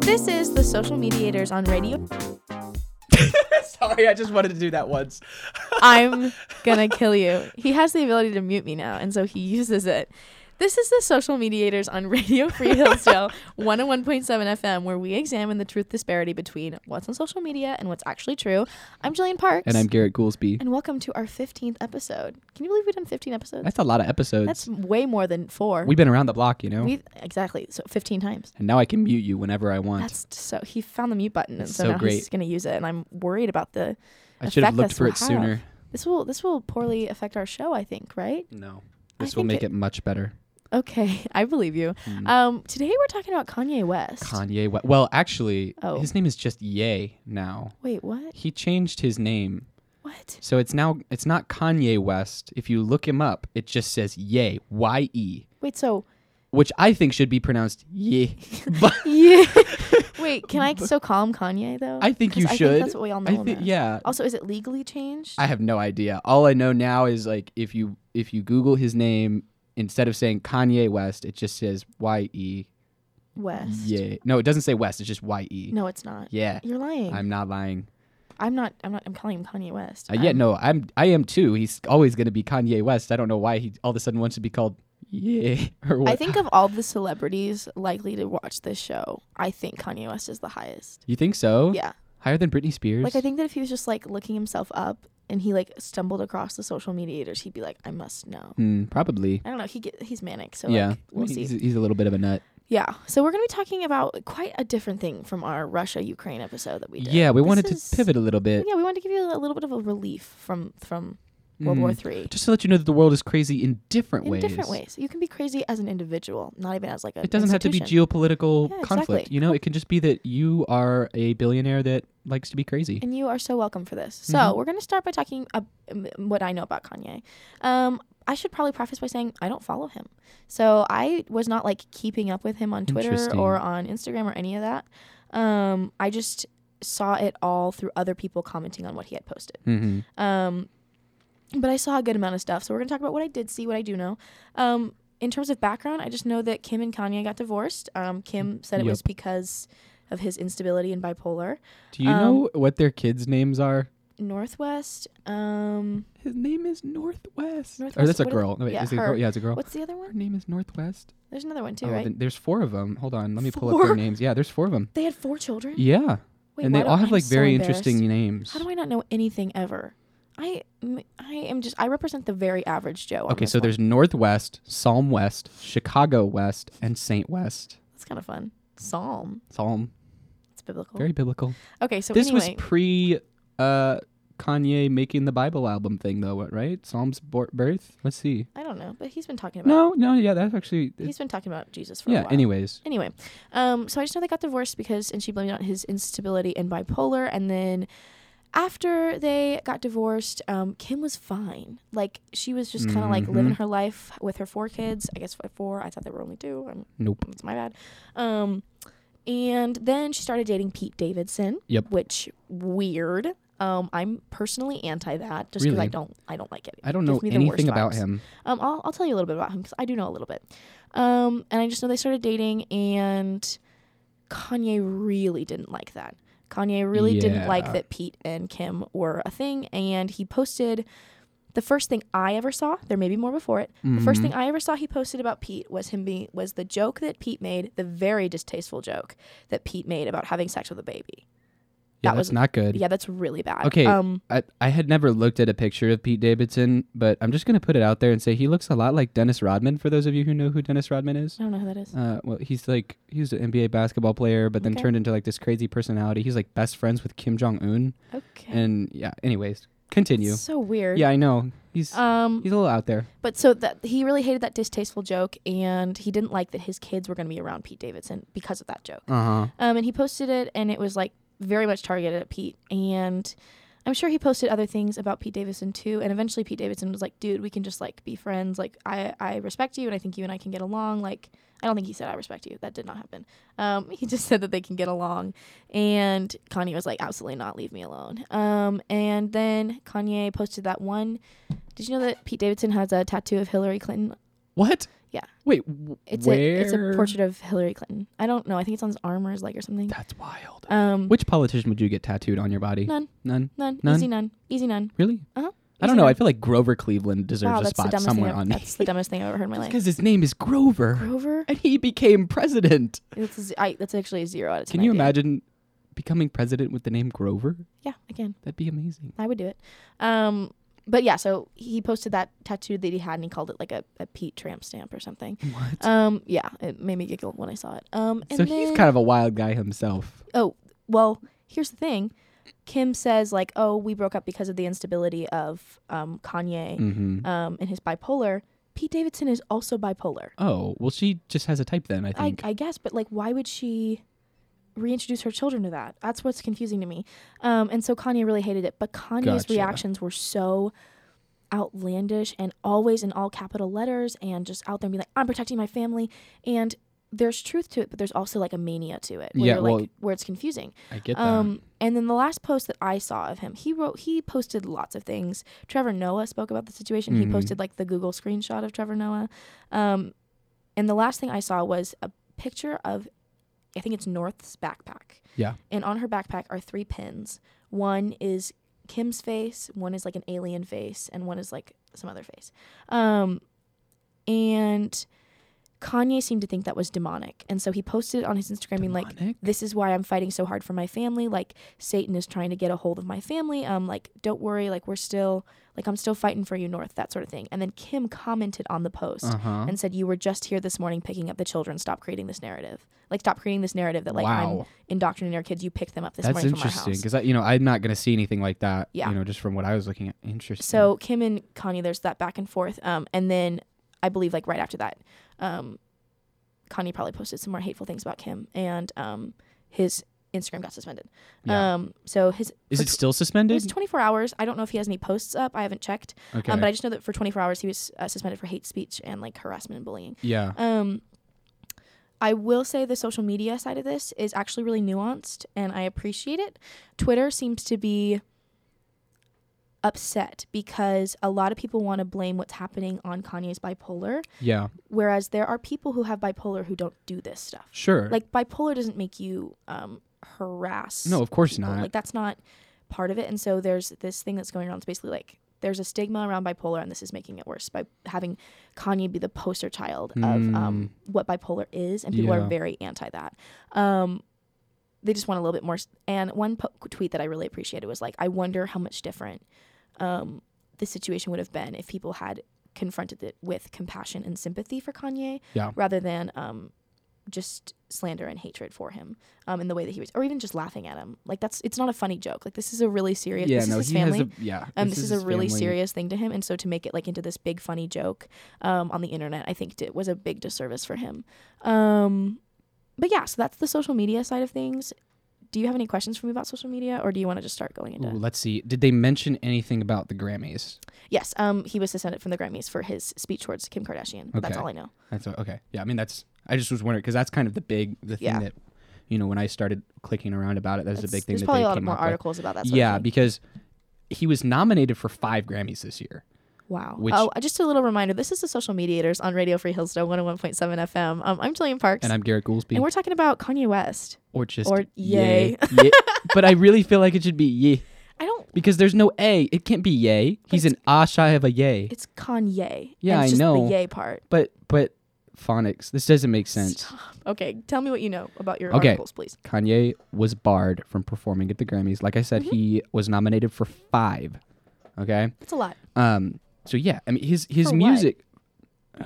This is the Social Mediators on Radio. Sorry, I just wanted to do that once. I'm gonna kill you. He has the ability to mute me now, and so he uses it. This is the Social Mediators on Radio Free Hillsdale 101.7 FM, where we examine the truth disparity between what's on social media and what's actually true. I'm Jillian Parks. And I'm Garrett Goolsby. And welcome to our 15th episode. Can you believe we've done 15 episodes? That's a lot of episodes. That's way more than 4 We've been around the block, you know? We've- exactly. So 15 times. and now I can mute you whenever I want. That's so he found the mute button, and That's so, so now he's great. gonna use it. And I'm worried about the. I should have effect looked this for will it have. sooner. This will this will poorly affect our show, I think, right? No. I This will think make it- it, much better. Okay, I believe you. Mm. Um, today we're talking about Kanye West. Kanye West. Well, actually, Oh. his name is just Ye now. Wait, what? He changed his name. What? So it's now it's not Kanye West. If you look him up, it just says Ye, Y E, Wait, so which I think should be pronounced Ye. but yeah. Wait, can I still call him Kanye though? I think 'Cause you I should. that's what we all know. I him think as. yeah. Also, is it legally changed? I have no idea. All I know now is like if you if you Google his name instead of saying Kanye West, it just says Y E. West. Yeah. No, it doesn't say West. It's just Y E. No, it's not. Yeah. You're lying. I'm, I'm not lying. not. I'm not. I'm calling him Kanye West. Uh, yeah. I'm- No, I'm I am too. He's always going to be Kanye West. I don't know why he all of a sudden wants to be called Yeah or what. I think uh, of all the celebrities likely to watch this show, I think Kanye West is the highest. you think so? Yeah. Higher than Britney Spears. Like I think that if he was just like looking himself up and he like stumbled across the social mediators, he'd be like, I must know. Hmm, probably. I don't know. He get, he's manic, so yeah. like, we'll see. he's, he's a little bit of a nut. Yeah. So we're gonna be talking about quite a different thing from our Russia Ukraine episode that we did. yeah. We This wanted is- to pivot a little bit. Yeah, we wanted to give you a little bit of a relief from from World War Mm. Three Just to let you know that the world is crazy in different in ways. different ways. You can be crazy as an individual, not even as like a. it doesn't have to be institution. geopolitical Yeah, conflict. exactly. You know, it can just be that you are a billionaire that likes to be crazy. And you are so welcome for this. So Mhm. we're gonna start by talking ab- m- what I know about Kanye. Um, I should probably preface by saying I don't follow him, so I was not like keeping up with him on Twitter Interesting. or on Instagram or any of that. Um, I just saw it all through other people commenting on what he had posted. Mm-hmm. Um, but I saw a good amount of stuff. So we're going to talk about what I did see, what I do know. Um, in terms of background, I just know that Kim and Kanye got divorced. Um, Kim said it Yep. was because of his instability and bipolar. Do you Um, know what their kids' names are? Northwest. Um, His name is Northwest. Northwest, Or that's a what are the- girl. No, wait, yeah, is it a her. girl? Yeah, it's a girl. what's the other Her one? name is Northwest. There's another one too, oh, right? then there's four of them. Hold on, let me pull up Four? their names. Yeah, there's four of them. they had four children. Yeah, Wait, and why they don't- all have I'm like so very embarrassed. interesting names. How do I not know anything ever? I m- I am just I represent the very average Joe. on okay, this so one. there's Northwest, Psalm West, Chicago West, and Saint West. that's kind of fun. Psalm. Psalm, It's biblical. very biblical. okay, so this anyway, was pre uh, Kanye making the Bible album thing, though, what, right? Psalms bor- birth. Let's see. I don't know, but he's been talking about No, no, yeah, that's actually it- he's been talking about Jesus for a yeah. while. Anyways, Anyway, um, so I just know they got divorced because, and she blamed it on his instability and bipolar. And then after they got divorced, um, Kim was fine. Like she was just kind of like living Mhm. her life with her four kids. I guess f- four. I thought there were only two. Um, nope. it's my bad. Um, and then she started dating Pete Davidson. Yep. Which weird. Um, I'm personally anti that just because I Really? don't I don't like it. I don't It know gives me the worst anything about vibes. him. Um, I'll, I'll tell you a little bit about him because I do know a little bit. Um, and I just know they started dating, and Kanye really didn't like that. Kanye really didn't like Yeah. that Pete and Kim were a thing, and he posted the first thing I ever saw. There may be more before it. The first Mhm. thing I ever saw he posted about Pete was him being was the joke that Pete made, the very distasteful joke that Pete made about having sex with a baby. Yeah, that that's was- not good. Yeah, that's really bad. Okay. Um, I, I had never looked at a picture of Pete Davidson, but I'm just gonna put it out there and say he looks a lot like Dennis Rodman. For those of you who know who Dennis Rodman is, I don't know who that is. uh, well, he's like he's an NBA basketball player, but then Okay. turned into like this crazy personality. He's like best friends with Kim Jong Un, Okay. and yeah. Anyways, continue. So weird. Yeah, I know. He's Um, he's a little out there. But so that he really hated that distasteful joke, and he didn't like that his kids were going to be around Pete Davidson because of that joke. Uh huh. Um, and he posted it, and it was like very much targeted at Pete. And I'm sure he posted other things about Pete Davidson too, and eventually Pete Davidson was like, "Dude, we can just like be friends. Like, I I respect you, and I think you and I can get along. Like, I don't think he said I respect you. That did not happen. Um, he just said that they can get along, and Kanye was like, "Absolutely not. Leave me alone." Um, and then Kanye posted that one. Did you know that Pete Davidson has a tattoo of Hillary Clinton What? Yeah. Wait. wh- it's where? a it's a portrait of Hillary Clinton. I don't know. I think it's on his arm or his leg or something. That's wild. Um, Which politician would you get tattooed on your body? none, None. none, None? easy none, easy none. Really? Uh-huh. I don't Easy know. none. I feel like Grover Cleveland deserves wow, a that's the spot dumbest somewhere thing. I've- on me. that's the dumbest thing I've ever heard in my life. Because his name is Grover, Grover. and he became president. That's, a z- I, that's actually a zero out of ten. Can you idea. imagine becoming president with the name Grover? Yeah, I can. That'd be amazing. I would do it. Um, but yeah, so he posted that tattoo that he had and he called it like a, a Pete tramp stamp or something. What? Um, yeah, it made me giggle when I saw it. Um, and so then, he's kind of a wild guy himself. well, here's the thing. Kim says like, oh, we broke up because of the instability of um, Kanye hmm um, and his bipolar. Pete Davidson is also bipolar. Oh well, she just has a type then. I I, think. I guess, but like, why would she reintroduce her children to that? That's what's confusing to me. Um, and so Kanye really hated it, but Kanye's Gotcha. reactions were so outlandish and always in all capital letters and just out there being like, I'm protecting my family. And there's truth to it, but there's also like a mania to it where, Yeah, you're, like, well- where it's confusing. I, get that. Um, and then the last post that I saw of him, he wrote, he posted lots of things. Trevor Noah spoke about the situation. He Mhm. posted like the Google screenshot of Trevor Noah. Um, and the last thing I saw was a picture of, I think it's North's backpack. Yeah. And on her backpack are three pins. One is Kim's face, one is like an alien face, and one is like some other face. Um, and Kanye seemed to think that was demonic. And so he posted on his Instagram being like, Demonic? this is why I'm fighting so hard for my family. Like Satan is trying to get a hold of my family. Um, like don't worry, like we're still like I'm still fighting for you, North, that sort of thing. And then Kim commented on the post Uh-huh. and said, You were just here this morning picking up the children. Stop creating this narrative. Like stop creating this narrative that like I'm Wow. indoctrinating our kids. You picked them up this That's morning from our interesting house. because you know I'm not gonna see anything like that. Yeah. You know, just from what I was looking at. Interesting. So Kim and Kanye, there's that back and forth. Um, and then I believe like right after that, um, Kanye probably posted some more hateful things about Kim and um, his Instagram got suspended. Yeah. Um, so his is for it tw- still It suspended? was 24 hours. I don't know if he has any posts up. I haven't checked. okay. Um, but I just know that for 24 hours he was uh, suspended for hate speech and like harassment and bullying. yeah. Um, I will say the social media side of this is actually really nuanced, and I appreciate it. Twitter seems to be upset because a lot of people want to blame what's happening on Kanye's bipolar, Yeah. whereas there are people who have bipolar who don't do this stuff. Sure. Like bipolar doesn't make you um, harass. no, of course people. not. Like that's not part of it. And so there's this thing that's going around. It's basically like there's a stigma around bipolar, and this is making it worse by having Kanye be the poster child of um, what bipolar is, and people are Hmm. Yeah. very anti that. Um, they just want a little bit more. s- And one po- tweet that I really appreciated was like, "I wonder how much different um, the situation would have been if people had confronted it with compassion and sympathy for Kanye, Yeah. rather than um, just slander and hatred for him um, in the way that he was, or even just laughing at him. Like that's it's not a funny joke. Like this is a really serious. yeah. this no, is his he family. has a yeah. um, this, is, his a really family. serious thing to him, and so to make it like into this big funny joke um, on the internet, I think it was a big disservice for him. Um, but yeah, so that's the social media side of things. Do you have any questions for me about social media, or do you want to just start going into? Ooh, let's see. Did they mention anything about the Grammys? Yes, um, he was suspended from the Grammys for his speech towards Kim Kardashian. But That's Okay. all I know. That's a- okay. Yeah, I mean that's. I just was wondering because that's kind of the big the thing Yeah. that, you know, when I started clicking around about it, that was That's- the big thing There's that probably they a lot came more up with. articles about that. Sort yeah, Of thing. because he was nominated for five Grammys this year. Wow. which- oh, just a little reminder. This is the Social Mediators on Radio Free Hillsdale 101.7 FM. Um, I'm Jillian Parks, And I'm Garrett Goolsby. and we're talking about Kanye West. or just or yay. yay. but I really feel like it should be yay I don't. because there's no a. It can't be yay. He's an ah shy of a yay. It's Kanye. Yeah, and I it's just know. The yay part. But but phonics. This doesn't make sense. Stop. Okay, tell me what you know about your Okay. articles, please. Kanye was barred from performing at the Grammys. Like I said, Mm-hmm. he was nominated for five. Okay. That's a lot. Um. So yeah, I mean his his For what? music.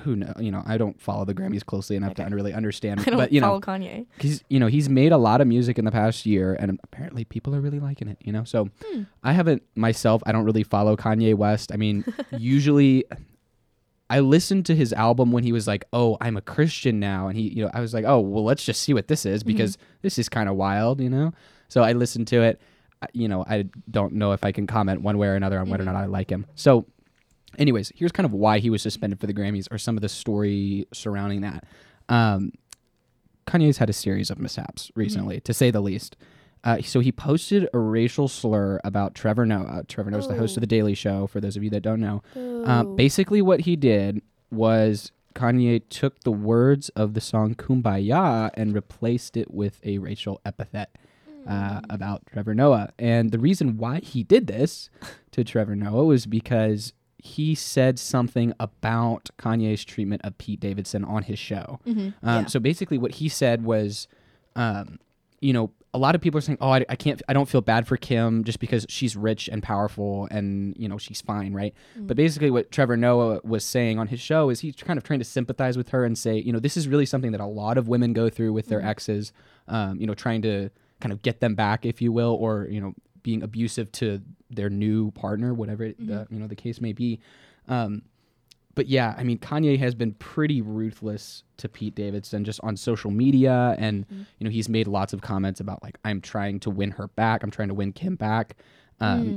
Who know? You know, I don't follow the Grammys closely enough Okay. to really understand. I don't but you know, follow Kanye. he's you know he's made a lot of music in the past year and apparently people are really liking it you know so Hmm. i haven't myself i don't really follow kanye west i mean usually i listened to his album when he was like oh i'm a christian now and he you know i was like oh well let's just see what this is because this is kind of wild you know so i listened to it I- you know, I don't know if I can comment one way or another on whether or not I like him. So, anyways, here's kind of why he was suspended for the Grammys or some of the story surrounding that. Um, Kanye's had a series of mishaps recently, to say the least. Uh, so he posted a racial slur about Trevor Noah. Trevor Noah's the host Oh. of The Daily Show, for those of you that don't know. Boo. Um, basically, what he did was Kanye took the words of the song Kumbaya and replaced it with a racial epithet uh, Mm. about Trevor Noah. And the reason why he did this to Trevor Noah was because he said something about Kanye's treatment of Pete Davidson on his show. Mhm. Um, Yeah. So basically, what he said was, um, you know, a lot of people are saying, "Oh, I, I can't, I don't feel bad for Kim just because she's rich and powerful, and you know, she's fine, right?" But basically, what Trevor Noah was saying on his show is he's kind of trying to sympathize with her and say, you know, this is really something that a lot of women go through with their exes, um, you know, trying to kind of get them back, if you will, or you know, being abusive to their new partner, whatever it- the, you know the case may be. Um, but yeah, I mean, Kanye has been pretty ruthless to Pete Davidson just on social media, and you know he's made lots of comments about like I'm trying to win her back, I'm trying to win Kim back, um, and Mm,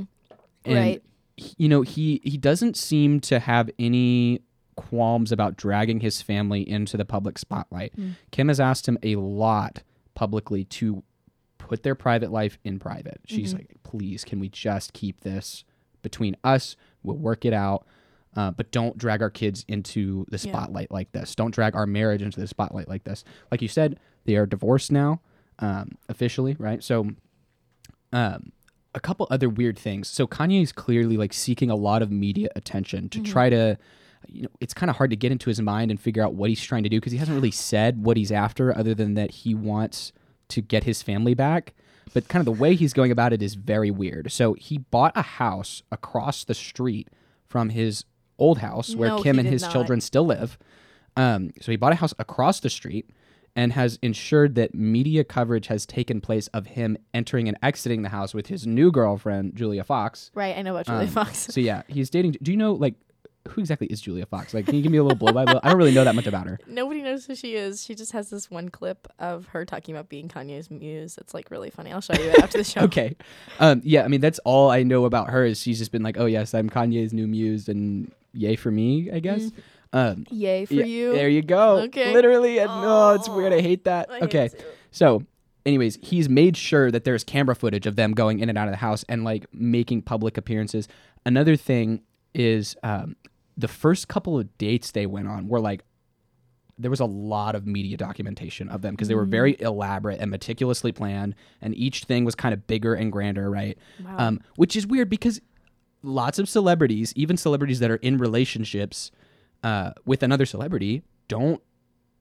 Mm-hmm. Right. he- you know he he doesn't seem to have any qualms about dragging his family into the public spotlight. Kim has asked him a lot publicly to put their private life in private. She's like, please, can we just keep this between us? We'll work it out. Uh, but don't drag our kids into the Yeah. spotlight like this. Don't drag our marriage into the spotlight like this. Like you said, they are divorced now, um, officially, right? So, um, a couple other weird things. So Kanye is clearly like seeking a lot of media attention Mm-hmm. to try to, you know, it's kind of hard to get into his mind and figure out what he's trying to do because he hasn't really said what he's after other than that he wants to get his family back. But kind of the way he's going about it is very weird. So he bought a house across the street from his old house where No, Kim he and did his not. children still live. Um, so he bought a house across the street and has ensured that media coverage has taken place of him entering and exiting the house with his new girlfriend, Julia Fox. Right. I know about Julia Um, Fox. So yeah, he's dating. Do you know like who exactly is Julia Fox? Like, can you give me a little blow by blow? I don't really know that much about her. Nobody knows who she is. She just has this one clip of her talking about being Kanye's muse. It's like really funny. I'll show you it after the show. Okay. Um, yeah, I mean that's all I know about her is she's just been like, oh yes, I'm Kanye's new muse, and yay for me, I guess. Um, Yay Mm-hmm. for yeah, you. There you go. Okay. Literally, and no, it's weird. I hate that. I hate okay. to. So, anyways, he's made sure that there's camera footage of them going in and out of the house and like making public appearances. Another thing is um, the first couple of dates they went on were like, there was a lot of media documentation of them because they were very elaborate and meticulously planned, and each thing was kind of bigger and grander, right? Wow. Um, which is weird because lots of celebrities, even celebrities that are in relationships uh, with another celebrity, don't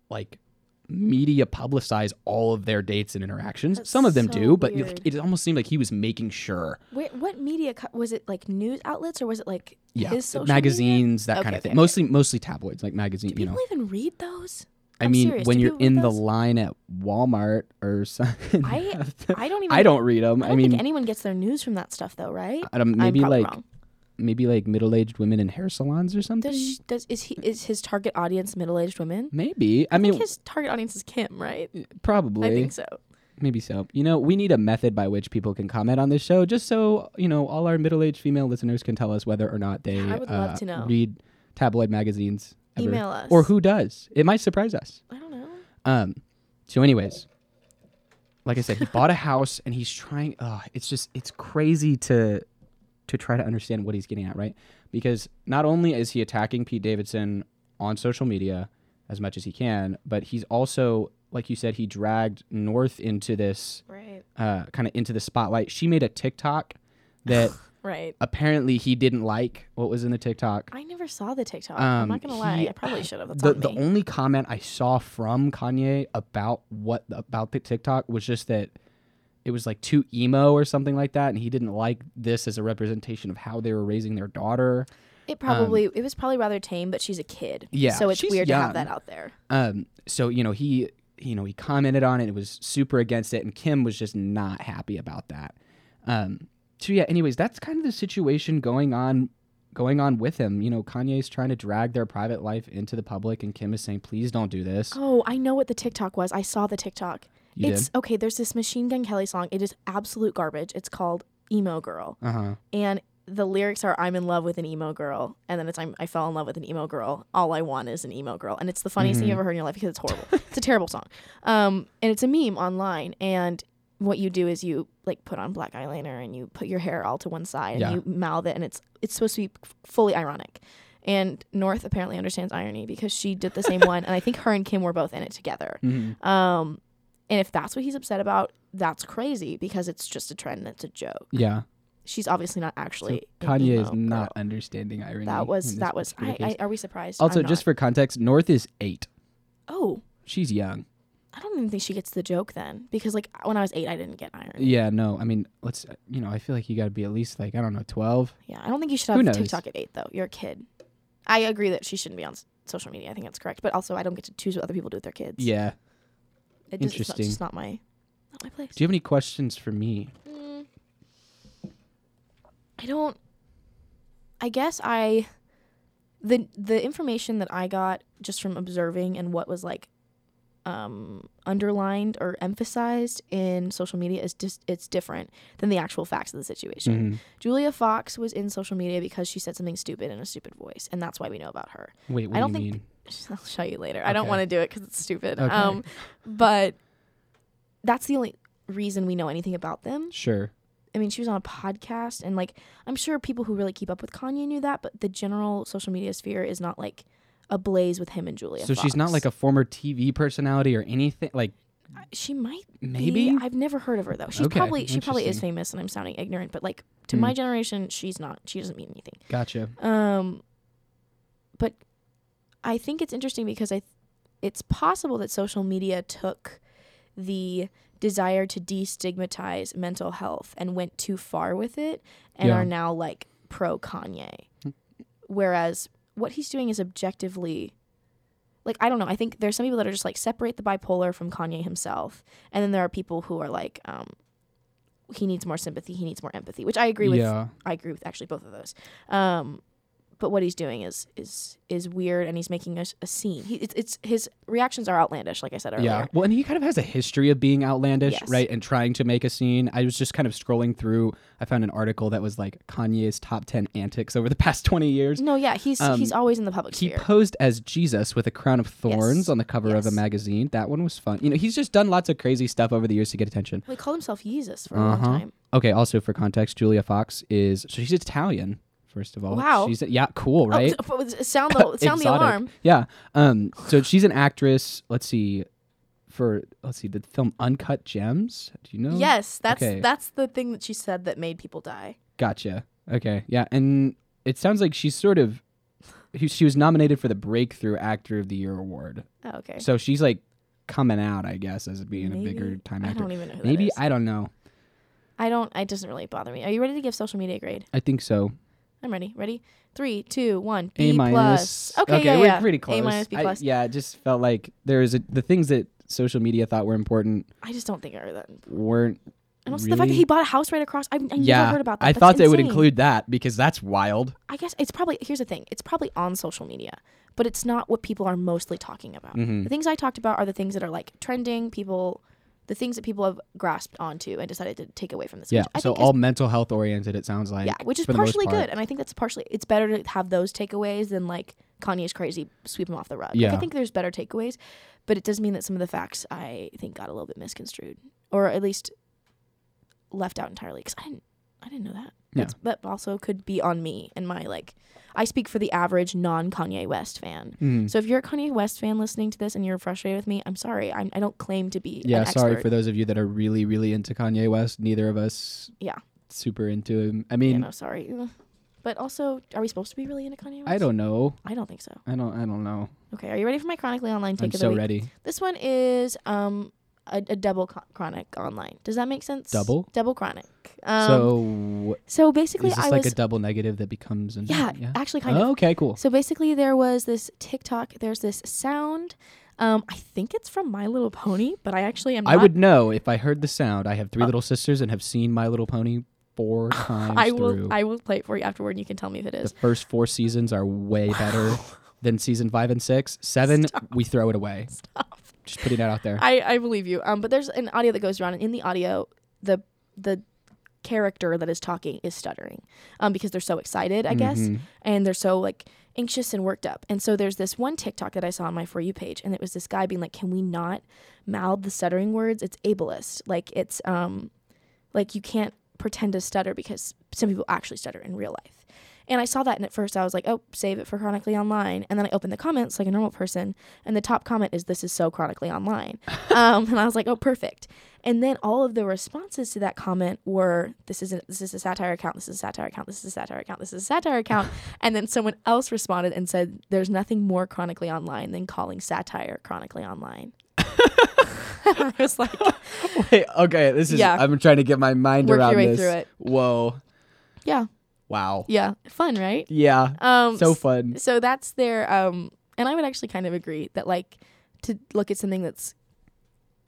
like media publicize all of their dates and interactions. That's Some of them so do, but weird. it almost seemed like he was making sure. Wait, what media co- was it? Like news outlets, or was it like Yeah, his social Media? magazines, that Okay, kind of okay, thing. okay. Mostly, mostly tabloids, like magazine. You People know, even read those? I I'm mean, serious, when do you're people read in the those? line at Walmart or something, I- I don't even. I don't read them. I I, don't mean, think anyone gets their news from that stuff, though, right? I don't- maybe probably like wrong. maybe like middle-aged women in hair salons or something. Does, sh- does is he is his target audience middle aged women? Maybe. I, I mean, think his target audience is Kim, right? probably. I think so. Maybe so. You know, we need a method by which people can comment on this show, just so you know, all our middle-aged female listeners can tell us whether or not they I would love uh, to know. read tabloid magazines. ever. Email us. or who does? It might surprise us. I don't know. Um. So, anyways, like I said, he bought a house and he's trying. Uh, it's just it's crazy to to try to understand what he's getting at, right? Because not only is he attacking Pete Davidson on social media as much as he can, but he's also, like you said, he dragged North into this Right. uh, kind of into the spotlight. She made a TikTok that Right. apparently he didn't like. What was in the TikTok? I never saw the TikTok. Um, I'm not gonna lie. he- uh, I probably should have. That's the, on the me. only comment I saw from Kanye about what about the TikTok was just that it was like too emo or something like that, and he didn't like this as a representation of how they were raising their daughter. it probably it was probably rather tame, but she's a kid. um Yeah, So it's she's weird to have young. that out there. Um, so you know he you know he commented on it. It was super against it, and Kim was just not happy about that. Um, so yeah, anyways, that's kind of the situation going on going on with him. You know, Kanye's trying to drag their private life into the public, and Kim is saying, "Please don't do this." Oh, I know what the TikTok was. I saw the TikTok. You it's okay. There's this Machine Gun Kelly song. It is absolute garbage. It's called emo girl, Uh huh. and the lyrics are "I'm in love with an emo girl," and then it's "I'm I fell in love with an emo girl." All I want is an emo girl, and it's the funniest thing you Mhm. ever heard in your life because it's horrible. it's a terrible song, um, and it's a meme online. And what you do is you like put on black eyeliner and you put your hair all to one side Yeah. and you mouth it, and it's it's supposed to be f- fully ironic. And North apparently understands irony because she did the same one, and I think her and Kim were both in it together. hmm Um, and if that's what he's upset about, that's crazy because it's just a trend. That's a joke. Yeah. She's obviously not So actually. an Kanye emo is not girl. understanding irony. That in was this that was. particular I, case. I, are we surprised? also, I'm just not. for context, North is eight. oh, She's young. I don't even think she gets the joke then because like when I was eight, I didn't get irony. Yeah. No. I mean, let's. You know, I feel like you got to be at least like I don't know, twelve. Yeah, I don't think you should Who have knows? TikTok at eight though. You're a kid. I agree that she shouldn't be on s- social media. I think that's correct. But also, I don't get to choose what other people do with their kids. Yeah. it just, it's not- interesting. It's just not my, not my place. Do you have any questions for me? Mm. I don't. I guess I, the the information that I got just from observing and what was like, um, underlined or emphasized in social media is just it's different than the actual facts of the situation. Mhm. Julia Fox was in social media because she said something stupid in a stupid voice, and that's why we know about her. Wait. What I don't do you think mean? I'll show you later. I don't Okay. want to do it because it's stupid. Okay. Um, but that's the only reason we know anything about them. Sure. I mean, she was on a podcast, and like, I'm sure people who really keep up with Kanye knew that, but the general social media sphere is not like ablaze with him and Julia. So she's not like a former TV personality or anything. Like She might maybe. be. I've never heard of her though. She's Okay, probably she probably is interesting. famous, and I'm sounding ignorant, but like to Hmm. my generation, she's not. She doesn't mean anything. Gotcha. Um, but I think it's interesting because I, th- it's possible that social media took the desire to destigmatize mental health and went too far with it, and Yeah. Hmm. are now like pro Kanye, whereas what he's doing is objectively. Like I don't know. I think there's some people that are just like separate the bipolar from Kanye himself, and then there are people who are like, um, he needs more sympathy, he needs more empathy, which I agree with yeah. I agree with actually both of those. Um, but what he's doing is is is weird, and he's making a, s- a scene. He, it's, it's his reactions are outlandish, like I said earlier. Yeah. Well, and he kind of has a history of being outlandish, Yes. right? And trying to make a scene. I was just kind of scrolling through. I found an article that was like Kanye's top 10 antics over the past 20 years. No, yeah, he's Um, he's always in the public He sphere. posed as Jesus with a crown of thorns Yes. on the cover of Yes. a magazine. That one was fun. You know, he's just done lots of crazy stuff over the years to get attention. Well, he called himself Jesus for a long Uh-huh. time. Okay, also for context, Julia Fox is so she's Italian, first of all. Wow. She's yeah, cool, Oh, right? s- f- s- sound the sound the Exotic. alarm. Yeah. Um. So she's an actress. Let's see, for let's see the film Uncut Gems. Do you know? Yes, that's Oh, Okay. that's the thing that she said that made people die. Gotcha. Okay. Yeah. And it sounds like she's sort of he- she was nominated for the Breakthrough Actor of the Year award. Oh, okay. So she's like coming out, I guess, as being a bigger time I actor. don't even know who Maybe that is. I don't know. I don't. It doesn't really bother me. Are you ready to give social media a grade? I think so. I'm ready. Ready? Three, two, one. A B minus. plus. Okay, yeah, we're yeah. pretty close. A minus, B I- plus. yeah, it just felt like there's a, the things that social media thought were important I just don't think I that weren't. And also the fact that Really? he bought a house right across. I, I never yeah, heard about that. I That's thought they would insane. include that because that's wild. I guess it's probably, here's the thing it's probably on social media, but it's not what people are mostly talking about. Mhm. The things I talked about are the things that are like trending, people, the things that people have grasped onto and decided to take away from this. Yeah, which I so think all is, mental health oriented. It sounds like. yeah, which is for the most partially part. good. And I think that's partially, it's better to have those takeaways than like Kanye's crazy, sweep him off the rug. Like, I Yeah. think there's better takeaways, but it does mean that some of the facts I think got a little bit misconstrued or at least left out entirely because I didn't, I didn't know that. Yeah. That's- that also could be on me and my like I speak for the average non Kanye West fan. Mhm. So if you're a Kanye West fan listening to this and you're frustrated with me, I'm sorry. I'm, I don't claim to be Yeah, an sorry expert. for those of you that are really, really into Kanye West. Neither of us. Yeah. Super into him. I you mean, know, sorry. Ugh. But also, are we supposed to be really into Kanye West? I don't know. I don't think so. I don't. I don't know. Okay, are you ready for my chronically online take I'm of the so week? ready. This one is um a, a double co- chronic online. Does that make sense? Double? Double chronic. Um, so so basically, is this I like was a double negative that becomes? An, yeah, actually kind of Oh, okay. Cool. So basically, there was this TikTok. There's this sound. Um, I think it's from My Little Pony, but I actually am. Not, I would know if I heard the sound. I have three Oh. little sisters and have seen My Little Pony four times I will. through. I will play it for you afterward, and you can tell me if it the is. first four seasons are way better than season five and six. Seven, we throw it away. Stop. Just putting that out there. I I believe you. Um, but there's an audio that goes around, and in the audio, the the character that is talking is stuttering um, because they're so excited, I guess, Mhm. and they're so like anxious and worked up. And so there's this one TikTok that I saw on my For You page, and it was this guy being like, Can we not mouth the stuttering words? It's ableist. Like, it's um, like you can't pretend to stutter because some people actually stutter in real life. And I saw that, and at first I was like, oh, save it for Chronically Online. And then I opened the comments like a normal person, and the top comment is, this is so Chronically Online. um, and I was like, oh, perfect. And then all of the responses to that comment were, this is, a, this is a satire account, this is a satire account, this is a satire account, this is a satire account. and then someone else responded and said, there's nothing more Chronically Online than calling satire Chronically Online. I was like, Wait, okay, this is. Yeah. I'm trying to get my mind Work your around way this. through it. Whoa, yeah, wow, yeah, fun, right? yeah, Um, so fun. so that's their um and i would actually kind of agree that like to look at something that's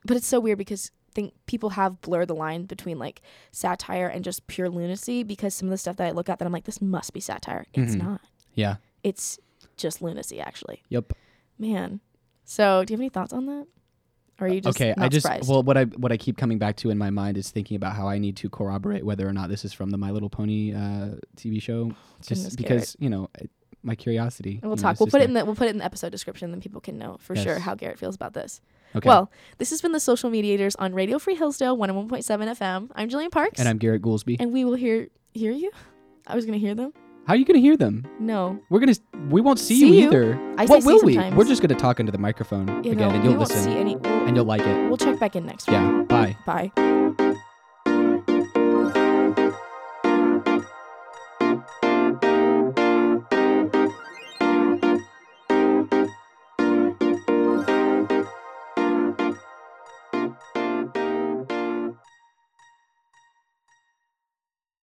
but it's so weird because think people have blurred the line between like satire and just pure lunacy because some of the stuff that i look at that i'm like this must be satire it's Mhm. not Yeah. it's just lunacy actually Yep. man so do you have any thoughts on that or are you just okay, not I just surprised? well, what I what I keep coming back to in my mind is thinking about how I need to corroborate whether or not this is from the My Little Pony uh, TV show, just Goodness, because you know it, my curiosity. we'll talk we'll put it in the we'll put it in the episode description then people can know for sure Yes. how garrett feels about this the okay. well this has been the social mediators on radio free hillsdale 101.7 fm i'm jillian parks and I'm Garrett Goolsby. and we will hear hear you. I was gonna hear them. How are you gonna hear them? No, We're gonna we won't see, See you you. either. I say what see will we? sometimes. We're just gonna talk into the microphone you again, know, and you'll we won't listen see any. and you'll like it. We'll check back in next week. Yeah. Bye. Bye.